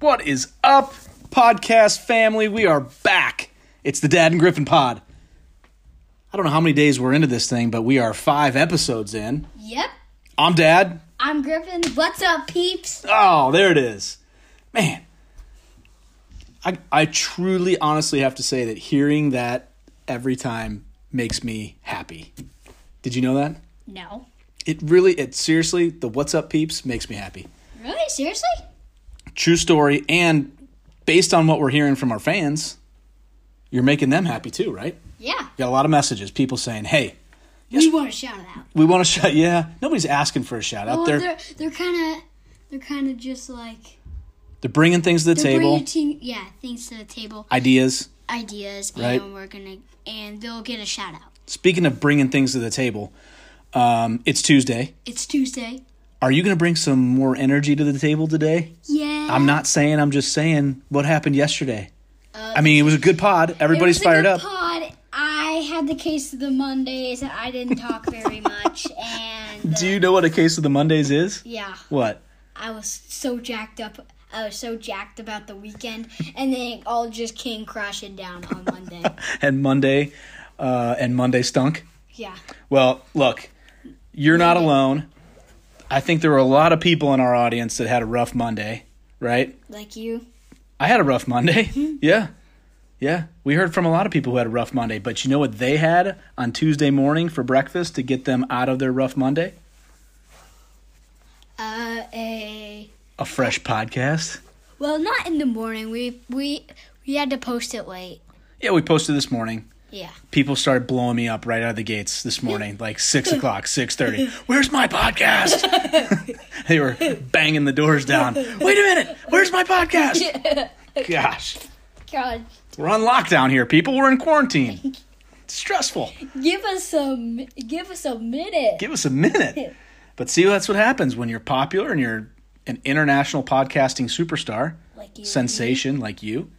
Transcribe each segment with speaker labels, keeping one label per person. Speaker 1: What is up, podcast family? We are back. It's the Dad and Griffin Pod. I don't know how many days we're into this thing, but we are five episodes in.
Speaker 2: Yep.
Speaker 1: I'm Dad.
Speaker 2: I'm Griffin. What's up, peeps?
Speaker 1: Oh, there it is. Man, I, I truly, honestly have to say that hearing that every time makes me happy. Did you know that?
Speaker 2: No.
Speaker 1: It really, it seriously, the What's Up Peeps makes me happy.
Speaker 2: Really? Seriously?
Speaker 1: True story. And based on what we're hearing from our fans, you're making them happy too, right?
Speaker 2: Yeah.
Speaker 1: Got a lot of messages, people saying, hey,
Speaker 2: We want to shout it out.
Speaker 1: we want to shout. Yeah, nobody's asking for a shout out.
Speaker 2: Well,
Speaker 1: they're,
Speaker 2: they're
Speaker 1: they're
Speaker 2: they're, kind of they're kind of just like
Speaker 1: bringing things to the
Speaker 2: they're
Speaker 1: table,
Speaker 2: bringing te- yeah things to the table,
Speaker 1: ideas.
Speaker 2: ideas,
Speaker 1: Right.
Speaker 2: and we're gonna and they'll get a shout out.
Speaker 1: Speaking of bringing things to the table, um, it's Tuesday.
Speaker 2: It's Tuesday.
Speaker 1: Are you going to bring some more energy to the table today?
Speaker 2: Yeah. Uh,
Speaker 1: I'm not saying. I'm just saying what happened yesterday. I mean, it was a good pod.
Speaker 2: It
Speaker 1: Everybody's
Speaker 2: was a
Speaker 1: fired
Speaker 2: good
Speaker 1: up.
Speaker 2: Pod. I had the case of the Mondays and I didn't talk very much and uh,
Speaker 1: Do you know what a case of the Mondays is?
Speaker 2: yeah.
Speaker 1: What?
Speaker 2: I was so jacked up. I was so jacked about the weekend, and then it all just came crashing down on Monday.
Speaker 1: And Monday, uh, and Monday stunk.
Speaker 2: yeah,
Speaker 1: Well, look, you're not alone. I think there were a lot of people in our audience that had a rough Monday, right?
Speaker 2: like you.
Speaker 1: I had a rough Monday. yeah. Yeah. We heard from a lot of people who had a rough Monday, but you know what they had on Tuesday morning for breakfast to get them out of their rough Monday?
Speaker 2: Uh, a
Speaker 1: A fresh podcast.
Speaker 2: well, not in the morning. We we we had to post it late.
Speaker 1: Yeah, we posted this morning.
Speaker 2: Yeah,
Speaker 1: People started blowing me up right out of the gates this morning, like six o'clock, six thirty. Where's my podcast? they were banging the doors down. Wait a minute, where's my podcast? Gosh,
Speaker 2: God,
Speaker 1: we're on lockdown here, people. We're in quarantine. It's stressful.
Speaker 2: give us some, give us a minute.
Speaker 1: Give us a minute. But see, that's what happens when you're popular and you're an international podcasting superstar,
Speaker 2: like you
Speaker 1: sensation like you.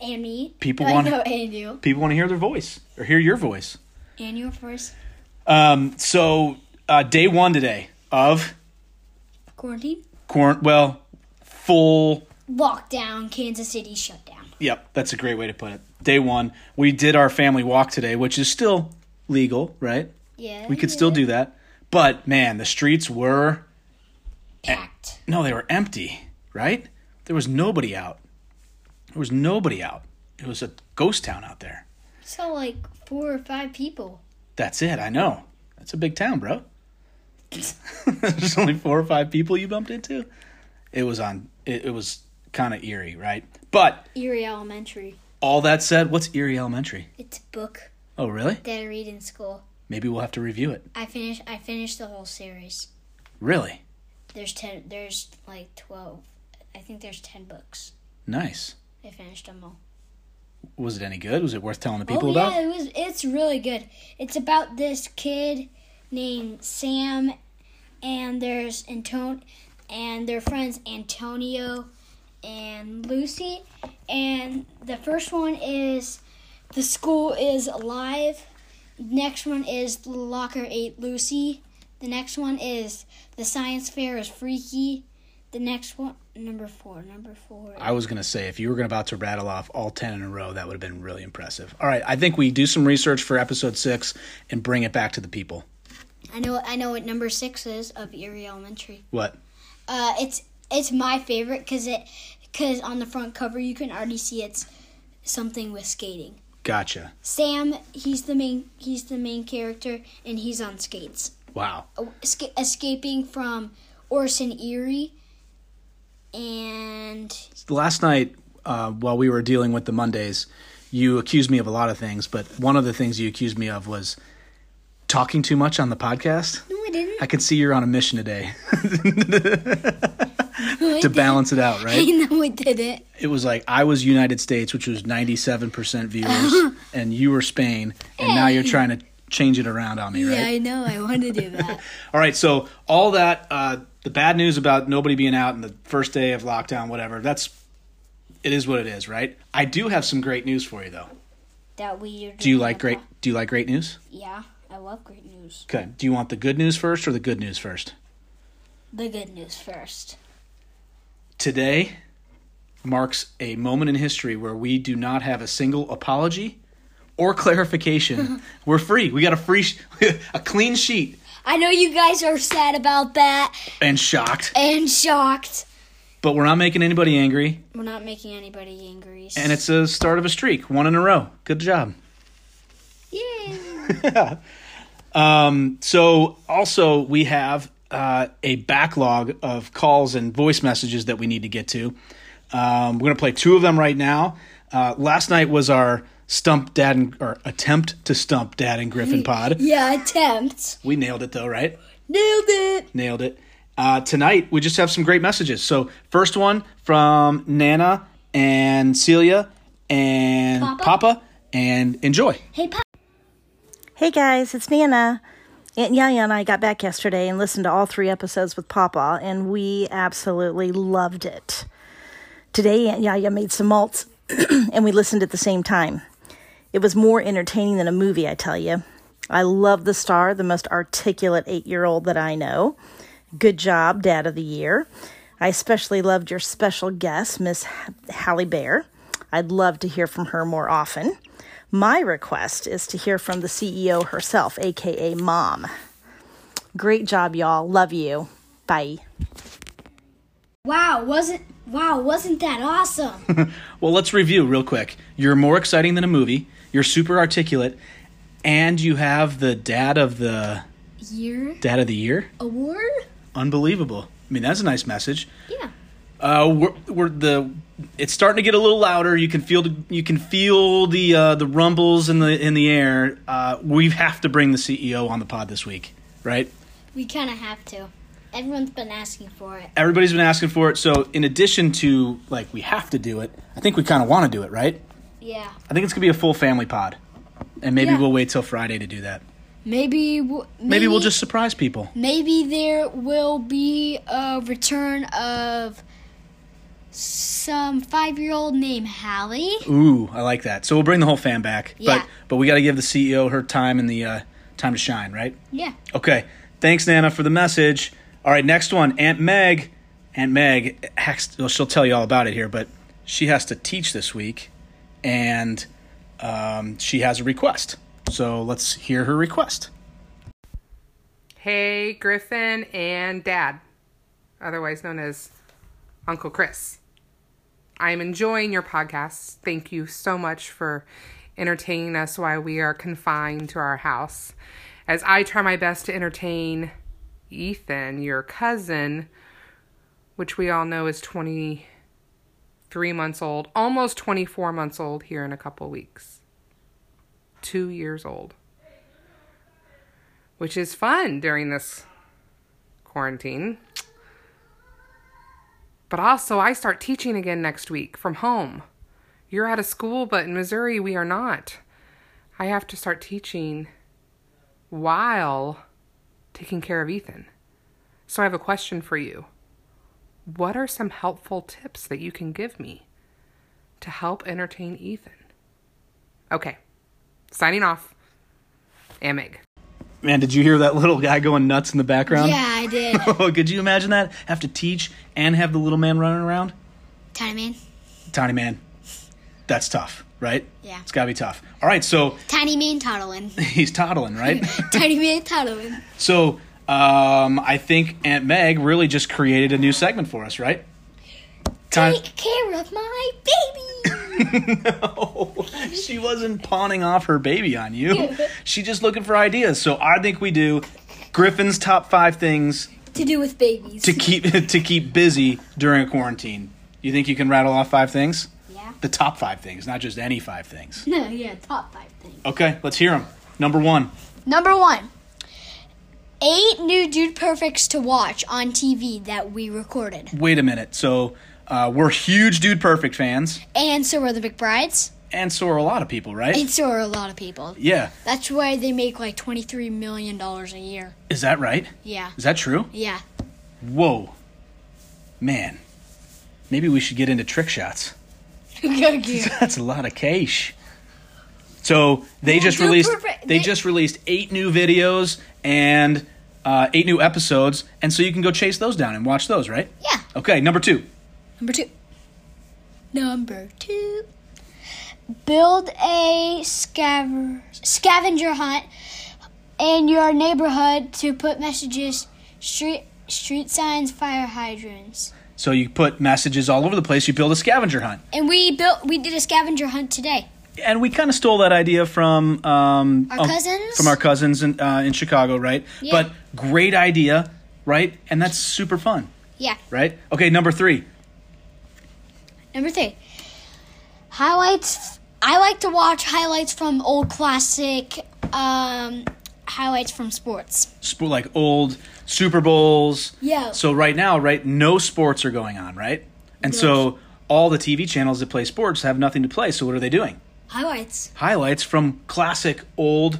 Speaker 2: and me.
Speaker 1: People
Speaker 2: I
Speaker 1: want-
Speaker 2: know, and you
Speaker 1: People want to hear their voice or hear your voice.
Speaker 2: and your first
Speaker 1: Um, so uh, day one today of
Speaker 2: quarantine
Speaker 1: quarant well full
Speaker 2: lockdown, Kansas City shutdown.
Speaker 1: yep that's a great way to put it day one we did our family walk today which is still legal right
Speaker 2: Yeah,
Speaker 1: we could still do that but man the streets were
Speaker 2: packed.
Speaker 1: no they were empty right there was nobody out there was nobody out it was a ghost town out there
Speaker 2: So like four or five people.
Speaker 1: that's it i know that's a big town bro there's only four or five people you bumped into it was on it, it was kind of eerie right but
Speaker 2: Erie Elementary.
Speaker 1: all that said what's eerie elementary
Speaker 2: It's a book
Speaker 1: oh really
Speaker 2: that I read in school.
Speaker 1: Maybe we'll have to review it.
Speaker 2: I finish. I finished the whole series.
Speaker 1: Really?
Speaker 2: There's ten. There's like twelve. I think there's ten books.
Speaker 1: Nice.
Speaker 2: I finished them all.
Speaker 1: Was it any good? Was it worth telling the people
Speaker 2: oh
Speaker 1: about?
Speaker 2: yeah, it was. It's really good. It's about this kid named Sam, and there's Anton, and their friends Antonio and Lucy. And the first one is the school is alive. Next one is the locker ate Lucy. The next one is the science fair is freaky. The next one, number four, number four.
Speaker 1: I was going to say, if you were gonna about to rattle off all 10 in a row, that would have been really impressive. All right, I think we do some research for episode six and bring it back to the people.
Speaker 2: I know. I know what number six is of Erie Elementary.
Speaker 1: What?
Speaker 2: Uh, it's it's my favorite because it because on the front cover you can already see it's something with skating.
Speaker 1: Gotcha.
Speaker 2: Sam, he's the main he's the main character and he's on skates,
Speaker 1: Wow.
Speaker 2: Oh, esca- escaping from Orson Erie. And
Speaker 1: Last night, uh, while we were dealing with the Mondays, you accused me of a lot of things, but one of the things you accused me of was talking too much on the podcast.
Speaker 2: no, I didn't.
Speaker 1: I could see you're on a mission today
Speaker 2: No, I
Speaker 1: to
Speaker 2: didn't.
Speaker 1: balance it out, right?
Speaker 2: no, I didn't.
Speaker 1: it was like I was United States, which was 97% viewers, and you were Spain, and now you're trying to change it around on me,
Speaker 2: Yeah,
Speaker 1: right?
Speaker 2: I know. I want to do that.
Speaker 1: All right, so all that, uh, the bad news about nobody being out and the first day of lockdown, whatever, that's, it is what it is, right? I do have some great news for you, though.
Speaker 2: that we are
Speaker 1: Do you
Speaker 2: doing
Speaker 1: like
Speaker 2: a
Speaker 1: great,
Speaker 2: po-
Speaker 1: do you like great news?
Speaker 2: Yeah, I love great news.
Speaker 1: Okay. Do you want the good news first or the good news first?
Speaker 2: The good news first.
Speaker 1: Today marks a moment in history where we do not have a single apology or clarification. We're free. We got a free, sh- a clean sheet
Speaker 2: I know you guys are sad about that
Speaker 1: and shocked,
Speaker 2: and shocked.
Speaker 1: but we're not making anybody angry.
Speaker 2: We're not making anybody angry.
Speaker 1: And it's a start of a streak, one in a row. Good job.
Speaker 2: Yay.
Speaker 1: Um, so also we have uh, a backlog of calls and voice messages that we need to get to. Um, we're gonna play two of them right now. Uh, last night was our stump dad and or attempt to stump dad and Griffin pod.
Speaker 2: Yeah, attempt.
Speaker 1: We nailed it though, right?
Speaker 2: Nailed it.
Speaker 1: Nailed it. Uh, tonight we just have some great messages. So first one from Nana and Celia and
Speaker 2: Papa?
Speaker 1: Papa and enjoy.
Speaker 2: Hey, Pop.
Speaker 3: Hey guys, it's Nana. Aunt Yaya and I got back yesterday and listened to all three episodes with Papa, and we absolutely loved it. Today, Aunt Yaya made some malts, and we listened at the same time. It was more entertaining than a movie, I tell you. I love the star, the most articulate eight year old that I know. Good job, Dad of the Year. I especially loved your special guest, Miss Hallie Bear. I'd love to hear from her more often. My request is to hear from the CEO herself, aka Mom. Great job, y'all. Love you. Bye.
Speaker 2: Wow, wasn't wow, wasn't that awesome?
Speaker 1: Well, let's review real quick. You're more exciting than a movie. You're super articulate, and you have the dad of the
Speaker 2: Year
Speaker 1: dad of the year.
Speaker 2: award?
Speaker 1: Unbelievable. I mean, that's a nice message.
Speaker 2: Yeah.
Speaker 1: Uh, we're, we're the it's starting to get a little louder. You can feel the, you can feel the uh, the rumbles in the in the air. Uh, we have to bring the CEO on the pod this week, right?
Speaker 2: We kind of have to. Everyone's been asking for it.
Speaker 1: Everybody's been asking for it. So, in addition to like we have to do it, I think we kind of want to do it, right?
Speaker 2: Yeah.
Speaker 1: I think it's gonna be a full family pod, and maybe
Speaker 2: Yeah.
Speaker 1: we'll wait till Friday to do that.
Speaker 2: Maybe w-
Speaker 1: Maybe we'll just surprise people.
Speaker 2: maybe there will be a return of some 5-year-old named Hallie.
Speaker 1: Ooh, I like that. So we'll bring the whole fan back.
Speaker 2: Mm-hmm. Yeah.
Speaker 1: But but we got to give the CEO her time and the uh, time to shine, right?
Speaker 2: Yeah.
Speaker 1: Okay. Thanks, Nana, for the message. All right, next one, Aunt Meg. Aunt Meg, hacks- well, she'll tell you all about it here, but she has to teach this week, and um, she has a request. So let's hear her request.
Speaker 4: Hey, Griffin and Dad, otherwise known as Uncle Chris. I'm enjoying your podcast. Thank you so much for entertaining us while we are confined to our house. As I try my best to entertain Ethan, your cousin, which we all know is 23 months old, almost 24 months old here in a couple weeks, two years old which is fun during this quarantine. But also, I start teaching again next week from home. You're out of school, but in Missouri, we are not. I have to start teaching while taking care of Ethan. So I have a question for you. What are some helpful tips that you can give me to help entertain Ethan? Okay, signing off. Amig.
Speaker 1: Man, did you hear that little guy going nuts in the background? Oh,
Speaker 2: Yeah, I did.
Speaker 1: Could you imagine that? Have to teach and have the little man running around?
Speaker 2: Tiny man.
Speaker 1: Tiny man, that's tough, right?
Speaker 2: Yeah.
Speaker 1: It's got to be tough. All right, so
Speaker 2: Tiny man toddling.
Speaker 1: he's toddling, right?
Speaker 2: Tiny man toddling.
Speaker 1: so um, I think Aunt Meg really just created a new segment for us, right? Time-
Speaker 2: Take care of my baby.
Speaker 1: no, Oh, she wasn't pawning off her baby on you. She just looking for ideas. So I think we do Griffin's top five things
Speaker 2: to do with babies.
Speaker 1: to keep to keep busy during a quarantine. You think you can rattle off five things?
Speaker 2: yeah.
Speaker 1: The top five things, not just any five things.
Speaker 2: No, yeah, top 5 things.
Speaker 1: Okay, let's hear them. Number one.
Speaker 2: Number one, eight new Dude Perfects to watch on TV that we recorded.
Speaker 1: Wait a minute. So uh, we're huge Dude Perfect fans,
Speaker 2: And so are the McBrides,
Speaker 1: and so are a lot of people, right?
Speaker 2: and so are a lot of people.
Speaker 1: yeah.
Speaker 2: That's why they make like $23 million a year.
Speaker 1: Is that right?
Speaker 2: Yeah.
Speaker 1: Is that true?
Speaker 2: Yeah.
Speaker 1: Whoa. Man. Maybe we should get into trick shots.
Speaker 2: Go get it.
Speaker 1: That's a lot of cash. So they just
Speaker 2: Dude
Speaker 1: released
Speaker 2: Perfect.
Speaker 1: They, just released eight new videos and uh, eight new episodes, and so you can go chase those down and watch those, right?
Speaker 2: Yeah.
Speaker 1: Okay, number two.
Speaker 2: Number two. Number two. Build a scaver- scavenger hunt in your neighborhood to put messages, street street signs, fire hydrants.
Speaker 1: So you put messages all over the place. You build a scavenger hunt,
Speaker 2: And we built. We did a scavenger hunt today.
Speaker 1: and we kind of stole that idea from um,
Speaker 2: Our
Speaker 1: um,
Speaker 2: cousins?
Speaker 1: from our cousins in, uh, in Chicago, right?
Speaker 2: Yeah.
Speaker 1: But great idea, right? And that's super fun,
Speaker 2: Yeah.
Speaker 1: right? Okay, number three.
Speaker 2: Number three. Highlights. I like to watch highlights from old classic um, highlights from sports.
Speaker 1: Sp- like old Super Bowls.
Speaker 2: Yeah.
Speaker 1: So right now, right, no sports are going on, right? And so all the TV channels that play sports have nothing to play. So what are they doing?
Speaker 2: Highlights.
Speaker 1: Highlights from classic old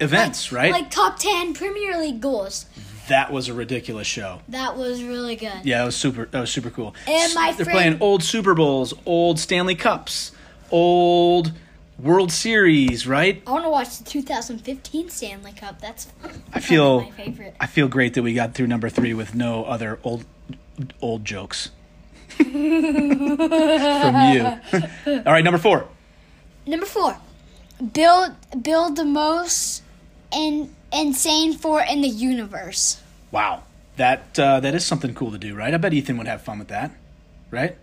Speaker 1: events, right?
Speaker 2: Like top ten Premier League goals.
Speaker 1: that was a ridiculous show.
Speaker 2: That was really good.
Speaker 1: Yeah, it was super. That was super cool.
Speaker 2: And
Speaker 1: S-
Speaker 2: my
Speaker 1: they're
Speaker 2: friend-
Speaker 1: playing old Super Bowls, old Stanley Cups, old World Series, right?
Speaker 2: I want to watch the 2015 Stanley Cup. That's
Speaker 1: I feel
Speaker 2: my favorite.
Speaker 1: I feel great that we got through number three with no other old old jokes from you. All right, number four.
Speaker 2: Number four, build build the most in, insane fort in the universe.
Speaker 1: Wow, that uh, that is something cool to do, right? I bet Ethan would have fun with that, right?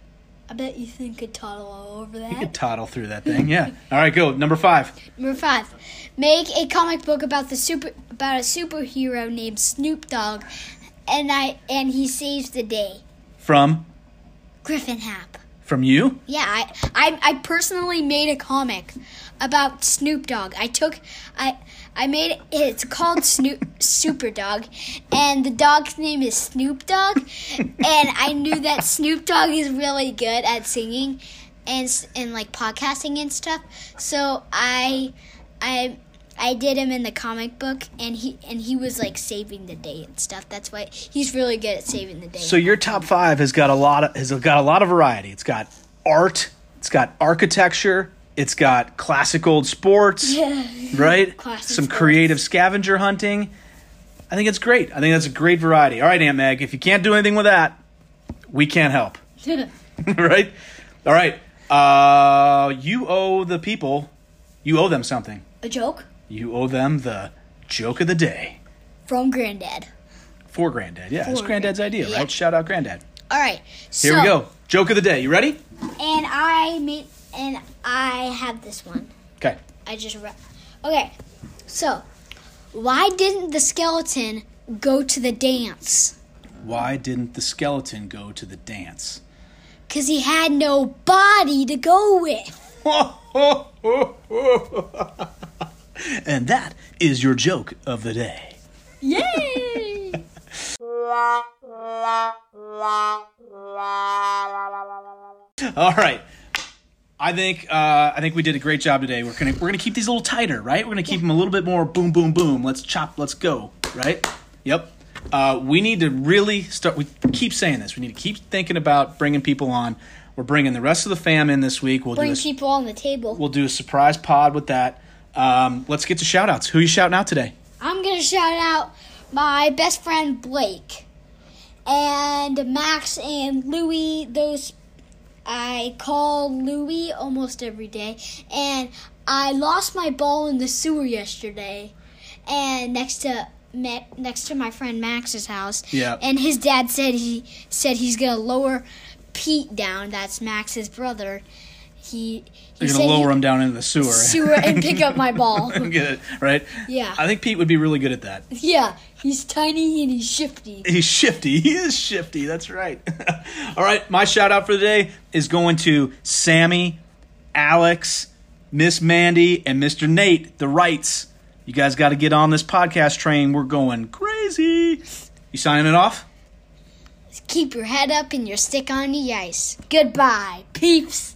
Speaker 2: I bet Ethan could toddle all over that.
Speaker 1: You could toddle through that thing, yeah. All right, go number five.
Speaker 2: Number five, make a comic book about the super about a superhero named Snoop Dogg, and I and he saves the day.
Speaker 1: From
Speaker 2: Griffin Hap.
Speaker 1: from you?
Speaker 2: Yeah, I, I I personally made a comic about Snoop Dogg. I took I I made it, it's called Snoop Super Dog, and the dog's name is Snoop Dogg, and I knew that Snoop Dogg is really good at singing, and s- and like podcasting and stuff. So I I. I did him in the comic book, and he and he was like saving the day and stuff. That's why he's really good at saving the day.
Speaker 1: So your top five has got a lot of has got a lot of variety. It's got art, it's got architecture, it's got classic old sports, right?
Speaker 2: Classic
Speaker 1: Some
Speaker 2: sports.
Speaker 1: creative scavenger hunting. I think it's great. I think that's a great variety. All right, Aunt Meg, if you can't do anything with that, we can't help, right? All right, uh, you owe the people, you owe them something.
Speaker 2: a joke
Speaker 1: You owe them the joke of the day
Speaker 2: from Granddad.
Speaker 1: for Granddad. Yeah, it's
Speaker 2: For-
Speaker 1: Granddad's idea,
Speaker 2: yeah.
Speaker 1: right? Shout out Granddad.
Speaker 2: All right.
Speaker 1: Here we go. Joke of the day. You ready?
Speaker 2: And I made and I have this one.
Speaker 1: Okay.
Speaker 2: I just re- Okay. So, why didn't the skeleton go to the dance?
Speaker 1: Why didn't the skeleton go to the dance?
Speaker 2: Cuz he had no body to go with.
Speaker 1: and that is your joke of the day.
Speaker 2: Yay!
Speaker 1: All right. I think uh, I think we did a great job today. We're gonna we're gonna keep these a little tighter, right? We're gonna keep them a little bit more boom, boom, boom. Let's chop, let's go, right? Yep. Uh, we need to really start. We keep saying this. We need to keep thinking about bringing people on. We're bringing the rest of the fam in this week. We'll do
Speaker 2: Bring
Speaker 1: a,
Speaker 2: people on the table.
Speaker 1: we'll do a surprise pod with that. Um, let's get to shout outs. Who you shouting out today?
Speaker 2: I'm going to shout out my best friend Blake and Max and Louie. Those I call Louie almost every day. And I lost my ball in the sewer yesterday. And next to me- next to my friend Max's house.
Speaker 1: Yeah.
Speaker 2: And his dad said he said he's going to lower Pete down. That's Max's brother. He, he
Speaker 1: You're
Speaker 2: said
Speaker 1: gonna
Speaker 2: he-
Speaker 1: lower him down into the sewer.
Speaker 2: sewer and pick up my ball.
Speaker 1: Get it, right?
Speaker 2: Yeah.
Speaker 1: I think Pete would be really good at that.
Speaker 2: Yeah, he's tiny and he's shifty.
Speaker 1: He's shifty. He is shifty. That's right. All right. My shout out for today is going to Sammy, Alex, Miss Mandy, and Mr. Nate, the Wrights. You guys got to get on this podcast train. We're going crazy. You signing it off?
Speaker 2: Keep your head up and your stick on the ice. Goodbye, peeps.